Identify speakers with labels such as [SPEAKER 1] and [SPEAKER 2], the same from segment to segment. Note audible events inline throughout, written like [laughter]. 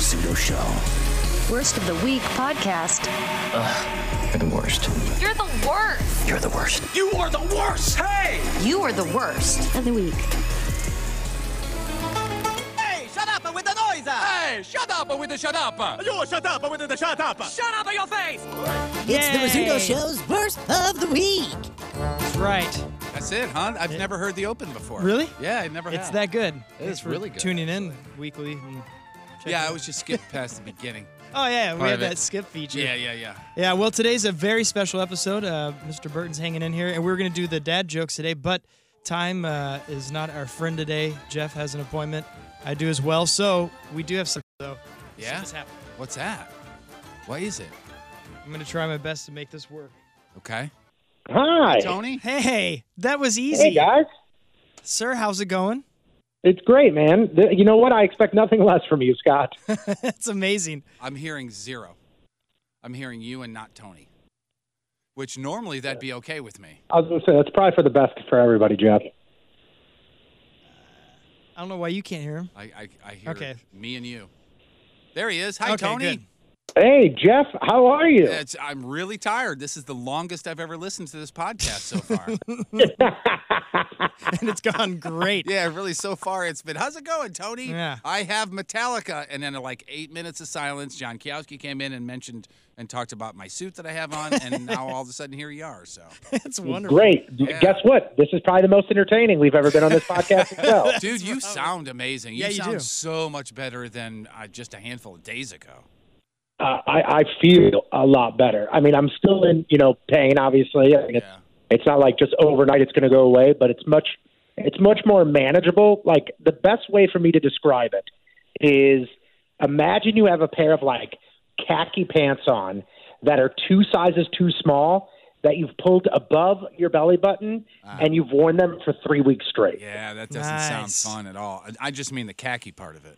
[SPEAKER 1] Pseudo Show.
[SPEAKER 2] Worst of the Week podcast.
[SPEAKER 1] You're the worst.
[SPEAKER 3] You're the worst.
[SPEAKER 1] You're the worst.
[SPEAKER 4] You are the worst. Hey!
[SPEAKER 2] You are the worst of the week.
[SPEAKER 4] Hey, shut up with the noise. Hey, shut up with the shut up. You shut up with the shut up. Shut up your face.
[SPEAKER 5] It's the Rizzuto
[SPEAKER 6] Yay.
[SPEAKER 5] Show's worst of the week.
[SPEAKER 6] That's right.
[SPEAKER 7] That's it, huh? I've never heard the open before.
[SPEAKER 6] Really?
[SPEAKER 7] Yeah, I never
[SPEAKER 6] It's
[SPEAKER 7] have.
[SPEAKER 6] that good. Thanks
[SPEAKER 7] is
[SPEAKER 6] for
[SPEAKER 7] really good,
[SPEAKER 6] Tuning in weekly. and checking
[SPEAKER 7] Yeah, I
[SPEAKER 6] it.
[SPEAKER 7] was just skipped past the
[SPEAKER 6] [laughs]
[SPEAKER 7] beginning.
[SPEAKER 6] Oh yeah, we
[SPEAKER 7] part
[SPEAKER 6] had
[SPEAKER 7] of it.
[SPEAKER 6] that skip feature.
[SPEAKER 7] Yeah, yeah, yeah.
[SPEAKER 6] Yeah, well, today's a very special episode. Uh, Mr. Burton's hanging in here, and we're going to do the dad jokes today, but time uh, is not our friend today. Jeff has an appointment. I do as well. So we do have some, though.
[SPEAKER 7] Yeah?
[SPEAKER 6] Just happened.
[SPEAKER 7] What's that? What is it?
[SPEAKER 6] I'm going to try my best to make this work.
[SPEAKER 7] Okay.
[SPEAKER 8] Hi.
[SPEAKER 7] Tony?
[SPEAKER 6] Hey, that was easy.
[SPEAKER 8] Hey, guys.
[SPEAKER 6] Sir, how's it going? [laughs]
[SPEAKER 8] It's great, man. Th- You know what? I expect nothing [laughs] less from you, Scott.
[SPEAKER 6] That's amazing.
[SPEAKER 7] I'm hearing zero. I'm hearing you and not Tony, which normally that'd be okay with me.
[SPEAKER 8] I was going to say, that's probably for the best for everybody, Jeff.
[SPEAKER 6] I don't know why you can't hear him.
[SPEAKER 7] I, I, I hear
[SPEAKER 6] Okay.
[SPEAKER 7] me and you. There he is. Hi,
[SPEAKER 6] Okay,
[SPEAKER 7] Tony.
[SPEAKER 6] good.
[SPEAKER 8] Hey, Jeff, how are you?
[SPEAKER 7] It's, I'm really tired. This is the longest I've ever listened to this podcast so far.
[SPEAKER 6] [laughs] and it's gone great.
[SPEAKER 7] yeah, really, so far it's been. How's it going, Tony?
[SPEAKER 6] Yeah.
[SPEAKER 7] I have Metallica. And then, like, eight minutes of silence, John Kiowski came in and mentioned and talked about my suit that I have on.
[SPEAKER 6] [laughs]
[SPEAKER 7] And now all of a sudden, here you are. So,
[SPEAKER 6] It's wonderful.
[SPEAKER 8] Great. Guess what? This is probably the most entertaining we've ever been on this podcast as well.
[SPEAKER 7] dude, you sound amazing.
[SPEAKER 6] Yeah, you
[SPEAKER 7] sound
[SPEAKER 6] do.
[SPEAKER 7] so much better than uh, just a handful of days ago.
[SPEAKER 8] Uh, I, I feel a lot better. I mean, I'm still in, you know, pain, obviously. I mean, it's,
[SPEAKER 7] Yeah.
[SPEAKER 8] it's not like just overnight it's going to go away, but it's much, it's much more manageable. Like the best way for me to describe it is imagine you have a pair of like khaki pants on that are two sizes too small that you've pulled above your belly button and you've worn them for three weeks straight.
[SPEAKER 7] Ah. Yeah, that doesn't sound
[SPEAKER 6] Nice.
[SPEAKER 7] fun at all. I- I just mean the khaki part of it.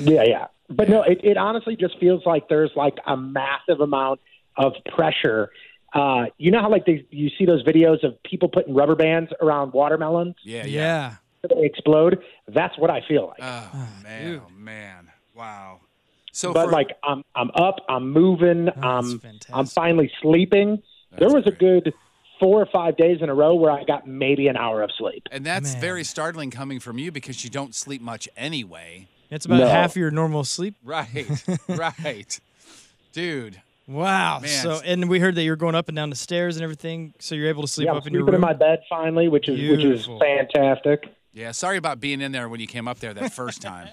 [SPEAKER 8] Yeah, yeah. But no, it, it honestly just feels like there's like a massive amount of pressure. Uh, you know how like they, you see those videos of people putting rubber bands around watermelons
[SPEAKER 7] Yeah,
[SPEAKER 6] Yeah. Ah,
[SPEAKER 7] yeah.
[SPEAKER 8] so they explode? That's what I feel like.
[SPEAKER 7] Oh man, oh man, wow.
[SPEAKER 6] Oh,
[SPEAKER 7] So,
[SPEAKER 8] but
[SPEAKER 7] for,
[SPEAKER 8] like I'm I'm up, I'm moving, I'm I'm
[SPEAKER 6] fantastic.
[SPEAKER 8] finally sleeping. there
[SPEAKER 7] That's
[SPEAKER 8] was a good four or five days in a row where I got maybe an hour of sleep.
[SPEAKER 7] and that's
[SPEAKER 6] Man.
[SPEAKER 7] very startling coming from you because you don't sleep much anyway.
[SPEAKER 6] That's about
[SPEAKER 8] No.
[SPEAKER 6] half your normal sleep.
[SPEAKER 7] Right, right, dude.
[SPEAKER 6] Wow.
[SPEAKER 7] Man,
[SPEAKER 6] So,
[SPEAKER 7] it's-
[SPEAKER 6] and we heard that you're going up and down the stairs and everything, so you're able to sleep
[SPEAKER 8] yeah,
[SPEAKER 6] up
[SPEAKER 8] I'm
[SPEAKER 6] in your
[SPEAKER 8] sleeping
[SPEAKER 6] room.
[SPEAKER 8] in my bed finally, which is
[SPEAKER 6] Beautiful.
[SPEAKER 8] which is fantastic.
[SPEAKER 7] Yeah, sorry about being in there when you came up there that first
[SPEAKER 6] [laughs]
[SPEAKER 7] time.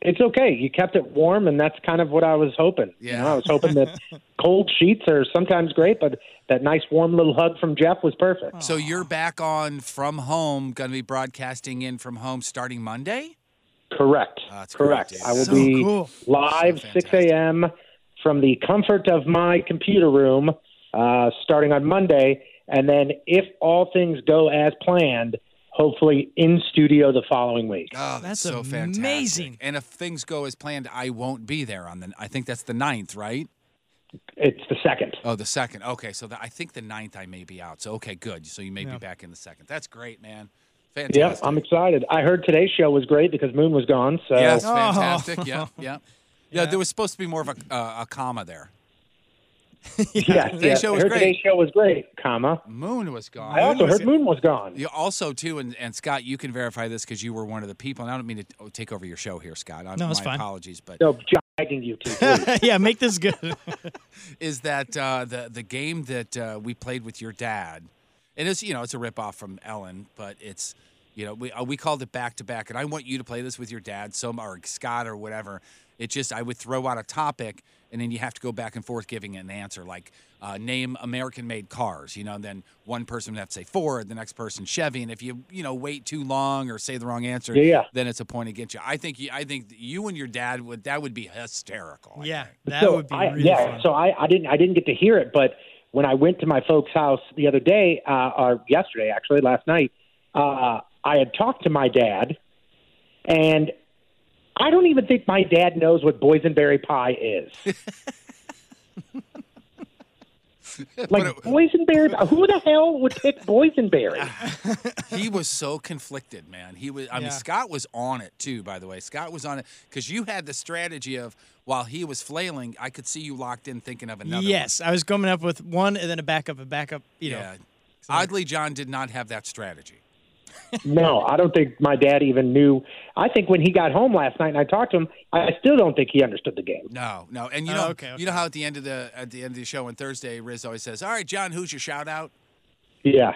[SPEAKER 8] It's okay. You kept it warm, and that's kind of what I was hoping. You
[SPEAKER 7] Yeah. [laughs]
[SPEAKER 8] know, I was hoping that cold sheets are sometimes great, but that nice warm little hug from Jeff was perfect.
[SPEAKER 7] So you're back on from home, going to be broadcasting in from home starting Monday.
[SPEAKER 8] Correct.
[SPEAKER 7] Oh, that's great,
[SPEAKER 8] Correct.
[SPEAKER 7] dude.
[SPEAKER 8] I will
[SPEAKER 7] So
[SPEAKER 8] be
[SPEAKER 6] cool.
[SPEAKER 8] live
[SPEAKER 7] So fantastic.
[SPEAKER 8] 6 a.m. from the comfort of my computer room uh, starting on Monday. And then, if all things go as planned, hopefully in studio the following week.
[SPEAKER 7] Oh,
[SPEAKER 6] That's
[SPEAKER 7] that's, so fantastic.
[SPEAKER 6] amazing.
[SPEAKER 7] And if things go as planned, I won't be there on the. I think that's the ninth, right?
[SPEAKER 8] It's the second.
[SPEAKER 7] Oh, the second. Okay, so the, I think the ninth I may be out. So okay, good. So you may be back in the second. That's great, man. Fantastic.
[SPEAKER 8] Yep, I'm excited. I heard today's show was great because Moon was gone. So
[SPEAKER 7] Yes,
[SPEAKER 6] Oh.
[SPEAKER 7] fantastic. Yeah, yeah,
[SPEAKER 6] [laughs]
[SPEAKER 7] yeah.
[SPEAKER 6] Yeah.
[SPEAKER 7] There was supposed to be more of a, uh, a comma there.
[SPEAKER 8] yes,
[SPEAKER 7] Today's
[SPEAKER 8] yes.
[SPEAKER 7] show
[SPEAKER 8] I
[SPEAKER 7] was
[SPEAKER 8] heard
[SPEAKER 7] great.
[SPEAKER 8] today's show was great, comma.
[SPEAKER 7] Moon was
[SPEAKER 8] I
[SPEAKER 7] gone.
[SPEAKER 8] also heard Moon was gone.
[SPEAKER 7] You also too, and, and Scott, you can verify this because you were one of the people. And I don't mean to oh, take over your show here, Scott. I'm,
[SPEAKER 6] No, it's
[SPEAKER 7] my
[SPEAKER 6] fine.
[SPEAKER 7] apologies, but
[SPEAKER 8] No, jogging you two. please.
[SPEAKER 6] [laughs] yeah, make this good. [laughs]
[SPEAKER 7] is that uh, the the game that uh, we played with your dad? And it's you know it's a rip off from Ellen, but it's you know we uh, we called it back to back, and I want you to play this with your dad, some or Scott or whatever. It just I would throw out a topic, and then you have to go back and forth giving an answer, like uh, name American-made cars, you know. And then one person would have to say Ford, the next person Chevy, and if you you know wait too long or say the wrong answer,
[SPEAKER 8] Yeah, yeah.
[SPEAKER 7] then it's a point against you. I think you, I think you and your dad would that would be hysterical. I
[SPEAKER 6] yeah,
[SPEAKER 8] [laughs]
[SPEAKER 7] think.
[SPEAKER 6] that
[SPEAKER 8] so
[SPEAKER 6] would be
[SPEAKER 8] I,
[SPEAKER 6] really
[SPEAKER 8] yeah,
[SPEAKER 6] fun.
[SPEAKER 8] so I, I didn't I didn't get to hear it, but when I went to my folks' house the other day, uh, or yesterday actually, last night, uh, I had talked to my dad, and I don't even think my dad knows what boysenberry pie is. Like
[SPEAKER 7] it-
[SPEAKER 8] boysenberry. Who the hell would pick boysenberry?
[SPEAKER 7] he was so conflicted, man. He was. I
[SPEAKER 6] Yeah.
[SPEAKER 7] mean, Scott was on it too. By the way, Scott was on it because you had the strategy of while he was flailing, I could see you locked in thinking of another. one.
[SPEAKER 6] yes, I was coming up with one and then a backup, a backup. You know,
[SPEAKER 7] Yeah. Oddly, John did not have that strategy.
[SPEAKER 8] No, I don't think my dad even knew. I think when he got home last night and I talked to him, I still don't think he understood the game.
[SPEAKER 7] No, no. And you
[SPEAKER 6] Oh,
[SPEAKER 7] know,
[SPEAKER 6] okay, okay.
[SPEAKER 7] you know how at the end of the at the end of the show on Thursday, Riz always says, "All right, John, who's your shout out?"
[SPEAKER 8] Yeah,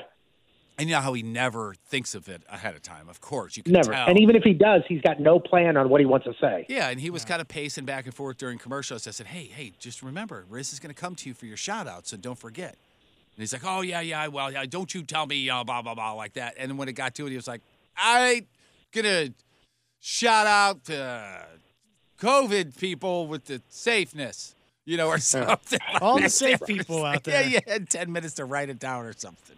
[SPEAKER 7] And you know how he never thinks of it ahead of time. Of course, you can
[SPEAKER 8] never.
[SPEAKER 7] tell.
[SPEAKER 8] And even if he does, he's got no plan on what he wants to say.
[SPEAKER 7] Yeah, and he was kind of pacing back and forth during commercials. I said, "Hey, hey, just remember, Riz is going to come to you for your shout out, so don't forget." And he's like, "Oh yeah, yeah, well, yeah, don't you tell me uh, blah blah blah like that." And then when it got to it, he was like, "I gonna shout out uh, COVID people with the safeness, you
[SPEAKER 6] [laughs]
[SPEAKER 7] know, or something." like
[SPEAKER 6] all the
[SPEAKER 7] that."
[SPEAKER 6] safe people
[SPEAKER 7] [laughs]
[SPEAKER 6] out
[SPEAKER 7] Yeah,
[SPEAKER 6] there.
[SPEAKER 7] yeah, had ten minutes to write it down or something.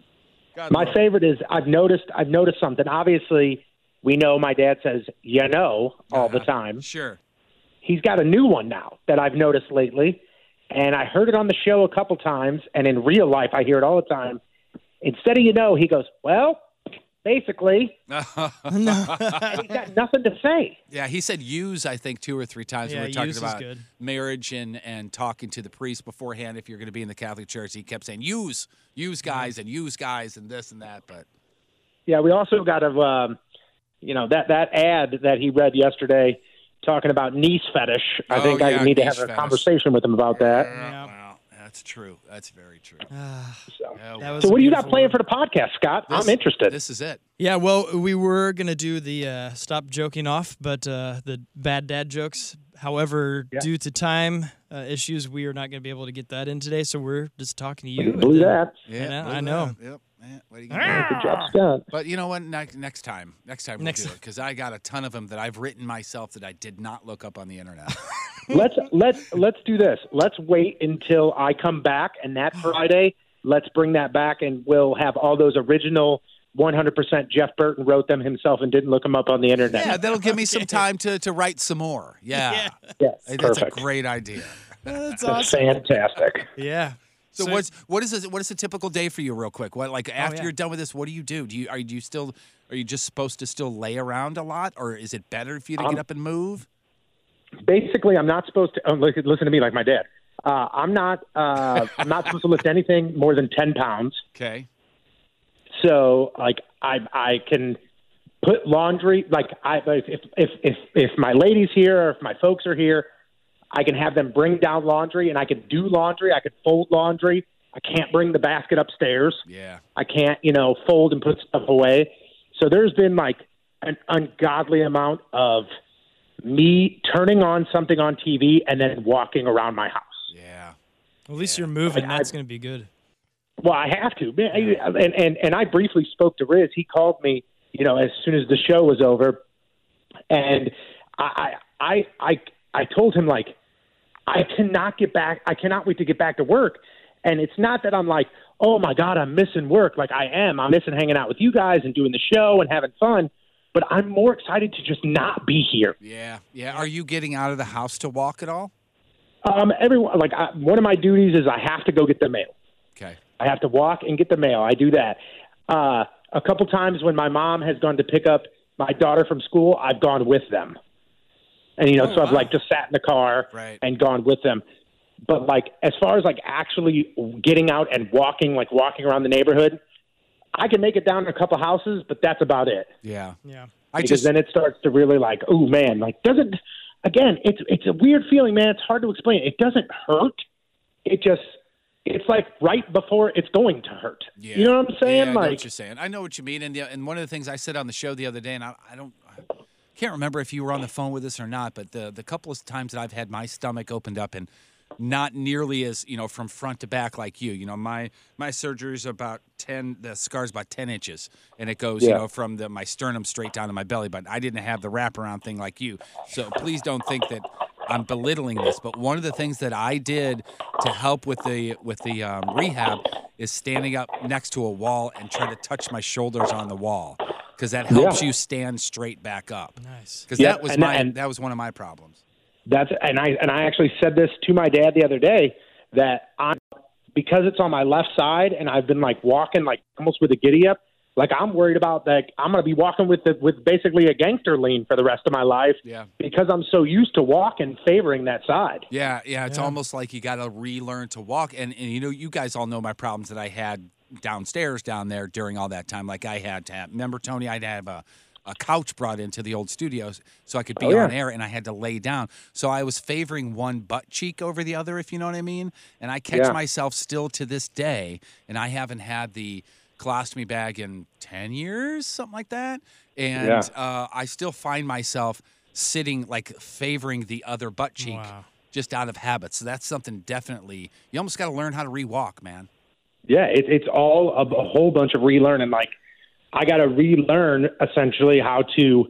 [SPEAKER 7] God
[SPEAKER 8] My
[SPEAKER 7] love it.
[SPEAKER 8] favorite is I've noticed I've noticed something. Obviously, we know my dad says you know all the
[SPEAKER 7] Uh-huh.
[SPEAKER 8] time.
[SPEAKER 7] Sure.
[SPEAKER 8] He's got a new one now that I've noticed lately, and I heard it on the show a couple times, and in real life I hear it all the time. Instead of you know, he goes well, basically, and he's got nothing to say.
[SPEAKER 7] Yeah, he said use, I think, two or three times. when
[SPEAKER 6] Yeah,
[SPEAKER 7] we were talking
[SPEAKER 6] use is
[SPEAKER 7] about
[SPEAKER 6] good.
[SPEAKER 7] marriage and, and talking to the priest beforehand. If you're going to be in the Catholic Church, he kept saying use, use guys, and use guys, and this and that. But
[SPEAKER 8] Yeah, we also got a, um, you know, that that ad that he read yesterday talking about niece fetish. I
[SPEAKER 7] Oh,
[SPEAKER 8] think
[SPEAKER 7] yeah,
[SPEAKER 8] I need to
[SPEAKER 7] niece
[SPEAKER 8] have a
[SPEAKER 7] fetish.
[SPEAKER 8] conversation with him about that.
[SPEAKER 6] Yeah.
[SPEAKER 7] well, that's true. That's very true.
[SPEAKER 8] So,
[SPEAKER 7] Yeah,
[SPEAKER 6] that
[SPEAKER 7] well,
[SPEAKER 6] was
[SPEAKER 8] so
[SPEAKER 6] a
[SPEAKER 8] what do you got
[SPEAKER 6] beautiful
[SPEAKER 8] playing
[SPEAKER 6] one.
[SPEAKER 8] for the podcast, Scott?
[SPEAKER 7] this-
[SPEAKER 8] I'm interested.
[SPEAKER 7] This is it.
[SPEAKER 6] Yeah, well, we were gonna do the uh, stop joking off, but uh, the bad dad jokes. However, due to time uh, issues, we are not gonna be able to get that in today. So we're just talking to you. and
[SPEAKER 8] Blew
[SPEAKER 6] then-
[SPEAKER 8] that.
[SPEAKER 6] Yeah, know,
[SPEAKER 7] blew
[SPEAKER 6] I
[SPEAKER 7] it
[SPEAKER 6] know.
[SPEAKER 7] up. Yep. Yeah, what are you gonna do?
[SPEAKER 8] Good job, Scott.
[SPEAKER 7] But you know what? Next, next time, next time we'll
[SPEAKER 6] Next
[SPEAKER 7] do it because I got a ton of them that I've written myself that I did not look up on the
[SPEAKER 6] [laughs]
[SPEAKER 7] internet.
[SPEAKER 8] let's let's let's do this. Let's wait until I come back,
[SPEAKER 7] [sighs]
[SPEAKER 8] and that Friday, let's bring that back, and we'll have all those original. 100% Jeff Burton wrote them himself and didn't look them up on the internet.
[SPEAKER 7] yeah, that'll give me some time to to write some more.
[SPEAKER 6] [laughs]
[SPEAKER 7] Yeah,
[SPEAKER 8] Yes,
[SPEAKER 7] Hey, that's
[SPEAKER 8] perfect.
[SPEAKER 7] a great idea.
[SPEAKER 6] That's
[SPEAKER 8] That's
[SPEAKER 6] awesome.
[SPEAKER 8] fantastic.
[SPEAKER 6] Yeah.
[SPEAKER 7] So, what's what is this, what is a typical day for you, real quick? What like after
[SPEAKER 6] yeah.
[SPEAKER 7] you're done with this, what do you do? Do you are you still are you just supposed to still lay around a lot, or is it better for you to
[SPEAKER 8] Um,
[SPEAKER 7] get up and move?
[SPEAKER 8] basically I'm not supposed to oh, look, listen to me like my dad. Uh, I'm not uh, I'm not supposed to lift anything more than ten pounds.
[SPEAKER 7] Okay.
[SPEAKER 8] So like I I can put laundry like I if if if if my lady's here or if my folks are here, I can have them bring down laundry and I can do laundry. I could fold laundry. I can't bring the basket upstairs.
[SPEAKER 7] Yeah.
[SPEAKER 8] I can't, you know, fold and put stuff away. So there's been like an ungodly amount of me turning on something on TV and then walking around my house.
[SPEAKER 7] Yeah.
[SPEAKER 6] At least you're moving.
[SPEAKER 8] I-
[SPEAKER 6] That's gonna be good.
[SPEAKER 8] Well, I have to, man. I- And and and I briefly spoke to Riz. He called me, you know, as soon as the show was over, and I I I I, I told him like, I cannot get back. I cannot wait to get back to work. And it's not that I'm like, oh my god, I'm missing work. Like I am. I'm missing hanging out with you guys and doing the show and having fun. But I'm more excited to just not be here.
[SPEAKER 7] Yeah. Yeah. Are you getting out of the house to walk at all?
[SPEAKER 8] Um, everyone, like I, one of my duties is I have to go get the mail.
[SPEAKER 7] Okay.
[SPEAKER 8] I have to walk and get the mail. I do that. Uh, a couple times when my mom has gone to pick up my daughter from school, I've gone with them. And you know, so I've like just sat in the car
[SPEAKER 7] Right.
[SPEAKER 8] and gone with them. But like as far as like actually getting out and walking, like walking around the neighborhood, I can make it down a couple houses, but that's about it.
[SPEAKER 7] Yeah.
[SPEAKER 6] Yeah.
[SPEAKER 7] I
[SPEAKER 8] because
[SPEAKER 7] just
[SPEAKER 8] then it starts to really like, oh man, like doesn't again, it's it's a weird feeling, man. It's hard to explain. It doesn't hurt. It just it's like right before it's going to hurt.
[SPEAKER 7] Yeah.
[SPEAKER 8] You know what I'm saying?
[SPEAKER 7] Yeah, I know
[SPEAKER 8] like
[SPEAKER 7] what you're saying. I know what you mean. And the, and one of the things I said on the show the other day, and I, I don't, I can't remember if you were on the phone with us or not, but the the couple of times that I've had my stomach opened up and not nearly as you know from front to back like you. You know, my my surgery's about ten. The scar's about ten inches, and it goes you
[SPEAKER 8] Yeah.
[SPEAKER 7] know from the, my sternum straight down to my belly button. I didn't have the wraparound thing like you, so please don't think that. I'm belittling this, but one of the things that I did to help with the with the um, rehab is standing up next to a wall and try to touch my shoulders on the wall because that helps
[SPEAKER 8] Yeah.
[SPEAKER 7] you stand straight back up.
[SPEAKER 6] Nice.
[SPEAKER 7] Because
[SPEAKER 8] Yeah,
[SPEAKER 7] that was
[SPEAKER 8] and-
[SPEAKER 7] my
[SPEAKER 8] and-
[SPEAKER 7] that was one of my problems.
[SPEAKER 8] that's and I and I actually said this to my dad the other day that I'm because it's on my left side and I've been like walking like almost with a giddy up, like I'm worried about like I'm gonna be walking with the with basically a gangster lean for the rest of my life
[SPEAKER 7] Yeah.
[SPEAKER 8] because I'm so used to walking favoring that side.
[SPEAKER 7] Yeah, yeah. It's almost like you got to relearn to walk. And, and, you know, you guys all know my problems that I had downstairs down there during all that time. Like I had to have, remember, Tony, I'd have a, a couch brought into the old studios so I could be
[SPEAKER 8] Oh, yeah.
[SPEAKER 7] on air and I had to lay down. So I was favoring one butt cheek over the other, if you know what I mean. And I catch
[SPEAKER 8] Yeah.
[SPEAKER 7] myself still to this day, and I haven't had the colostomy bag in 10 years, something like that. And
[SPEAKER 8] Yeah.
[SPEAKER 7] uh, I still find myself sitting like favoring the other butt cheek
[SPEAKER 6] Wow.
[SPEAKER 7] just out of habit. So that's something definitely you almost got to learn how to rewalk, man.
[SPEAKER 8] Yeah, it, it's all a, a whole bunch of relearning. Like, I got to relearn essentially how to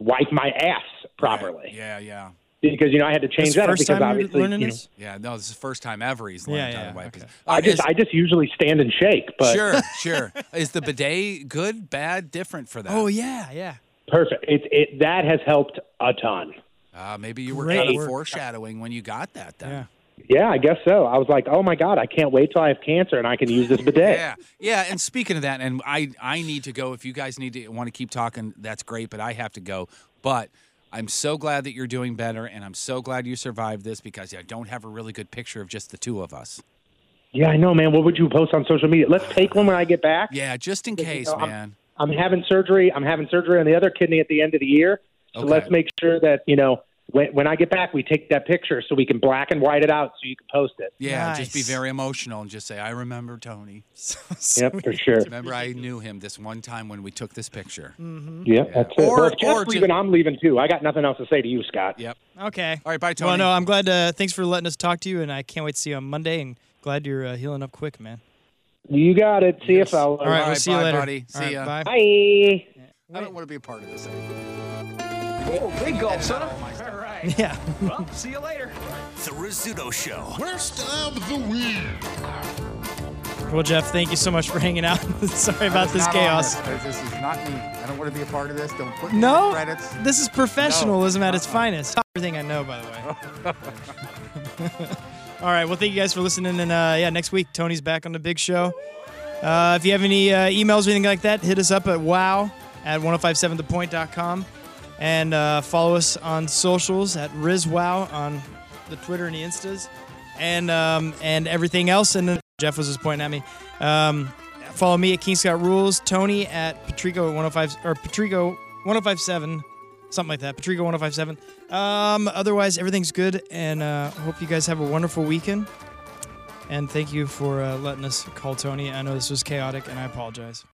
[SPEAKER 8] wipe my ass properly
[SPEAKER 7] Yeah, yeah,
[SPEAKER 8] because you know I had to change
[SPEAKER 6] This
[SPEAKER 8] that up
[SPEAKER 6] first
[SPEAKER 8] because
[SPEAKER 6] time you're
[SPEAKER 8] obviously
[SPEAKER 6] learning
[SPEAKER 8] you know,
[SPEAKER 6] this?
[SPEAKER 7] yeah. No, this is the first time ever he's learned
[SPEAKER 6] Yeah,
[SPEAKER 7] how
[SPEAKER 6] yeah,
[SPEAKER 7] to wipe. his-
[SPEAKER 6] okay.
[SPEAKER 7] Uh,
[SPEAKER 8] I just
[SPEAKER 7] is-
[SPEAKER 8] I just usually stand and shake, but [laughs]
[SPEAKER 7] sure, sure. Is the bidet good, bad, different for that?
[SPEAKER 6] Oh yeah, yeah. [laughs]
[SPEAKER 8] perfect. It it that has helped a ton.
[SPEAKER 7] Uh, maybe you were
[SPEAKER 6] Great
[SPEAKER 7] kind of
[SPEAKER 6] work.
[SPEAKER 7] foreshadowing when you got that. Then.
[SPEAKER 6] Yeah.
[SPEAKER 8] Yeah, I guess so. I was like, oh my god, I can't wait till I have cancer and I can use
[SPEAKER 6] [laughs]
[SPEAKER 8] this bidet.
[SPEAKER 7] Yeah, yeah. And speaking of that, and I, I need to go. If you guys need to want to keep talking, that's great. But I have to go. But I'm so glad that you're doing better, and I'm so glad you survived this because I don't have a really good picture of just the two of us.
[SPEAKER 8] Yeah, I know, man. What would you post on social media? Let's take one when I get back.
[SPEAKER 7] Yeah, just in
[SPEAKER 8] But, you
[SPEAKER 7] case,
[SPEAKER 8] know, I'm-
[SPEAKER 7] man.
[SPEAKER 8] I'm having surgery. I'm having surgery on the other kidney at the end of the year. So
[SPEAKER 7] Okay.
[SPEAKER 8] let's make sure that you know when, when I get back, we take that picture so we can black and white it out so you can post it.
[SPEAKER 7] Yeah, just be
[SPEAKER 6] Nice.
[SPEAKER 7] very emotional and just say, "I remember Tony. [laughs]
[SPEAKER 8] Yep, for sure.
[SPEAKER 7] Remember, I knew him this one time when we took this picture."
[SPEAKER 8] Yep, that's it.
[SPEAKER 7] Or-
[SPEAKER 8] well, if Jeff's
[SPEAKER 7] or just-
[SPEAKER 8] leaving, I'm leaving too. I got nothing else to say to you, Scott.
[SPEAKER 7] Yep.
[SPEAKER 6] Okay.
[SPEAKER 7] All right, bye,
[SPEAKER 6] Well,
[SPEAKER 7] Tony.
[SPEAKER 6] no, I'm glad. Uh, thanks for letting us talk to you, and I can't wait to see you on Monday. And glad you're uh, healing up quick, man.
[SPEAKER 8] You got it. See you, fellas.
[SPEAKER 6] All right,
[SPEAKER 7] All
[SPEAKER 6] we'll
[SPEAKER 7] right,
[SPEAKER 6] see you
[SPEAKER 7] bye,
[SPEAKER 6] later,
[SPEAKER 7] buddy.
[SPEAKER 6] All
[SPEAKER 7] See
[SPEAKER 6] right,
[SPEAKER 7] ya.
[SPEAKER 6] Bye.
[SPEAKER 8] Bye.
[SPEAKER 7] I don't want to be a part of this.
[SPEAKER 1] Big golf, son. All right.
[SPEAKER 6] [laughs] Yeah.
[SPEAKER 1] Well, see you later.
[SPEAKER 3] The Rizzuto Show.
[SPEAKER 6] Well, Jeff, thank you so much for hanging out. [laughs] Sorry about this chaos.
[SPEAKER 7] This is not me. I don't want to be a part of this. Don't put
[SPEAKER 6] No, this is professionalism at its finest. Everything I know, by the way. All right. Well, thank you guys for listening. And uh, yeah, next week, Tony's back on the big show. Uh, if you have any uh, emails or anything like that, hit us up at wow at 1057thepoint.com and uh, follow us on socials at RizWow on the Twitter and the Instas and um, and everything else. And then Jeff was just pointing at me. Um, follow me at King Scott Rules, Tony at Patrico 105 or Patrico 1057, something like that. Patrico 1057. Um, otherwise, everything's good, and uh, hope you guys have a wonderful weekend. And thank you for uh, letting us call Tony. I know this was chaotic, and I apologize.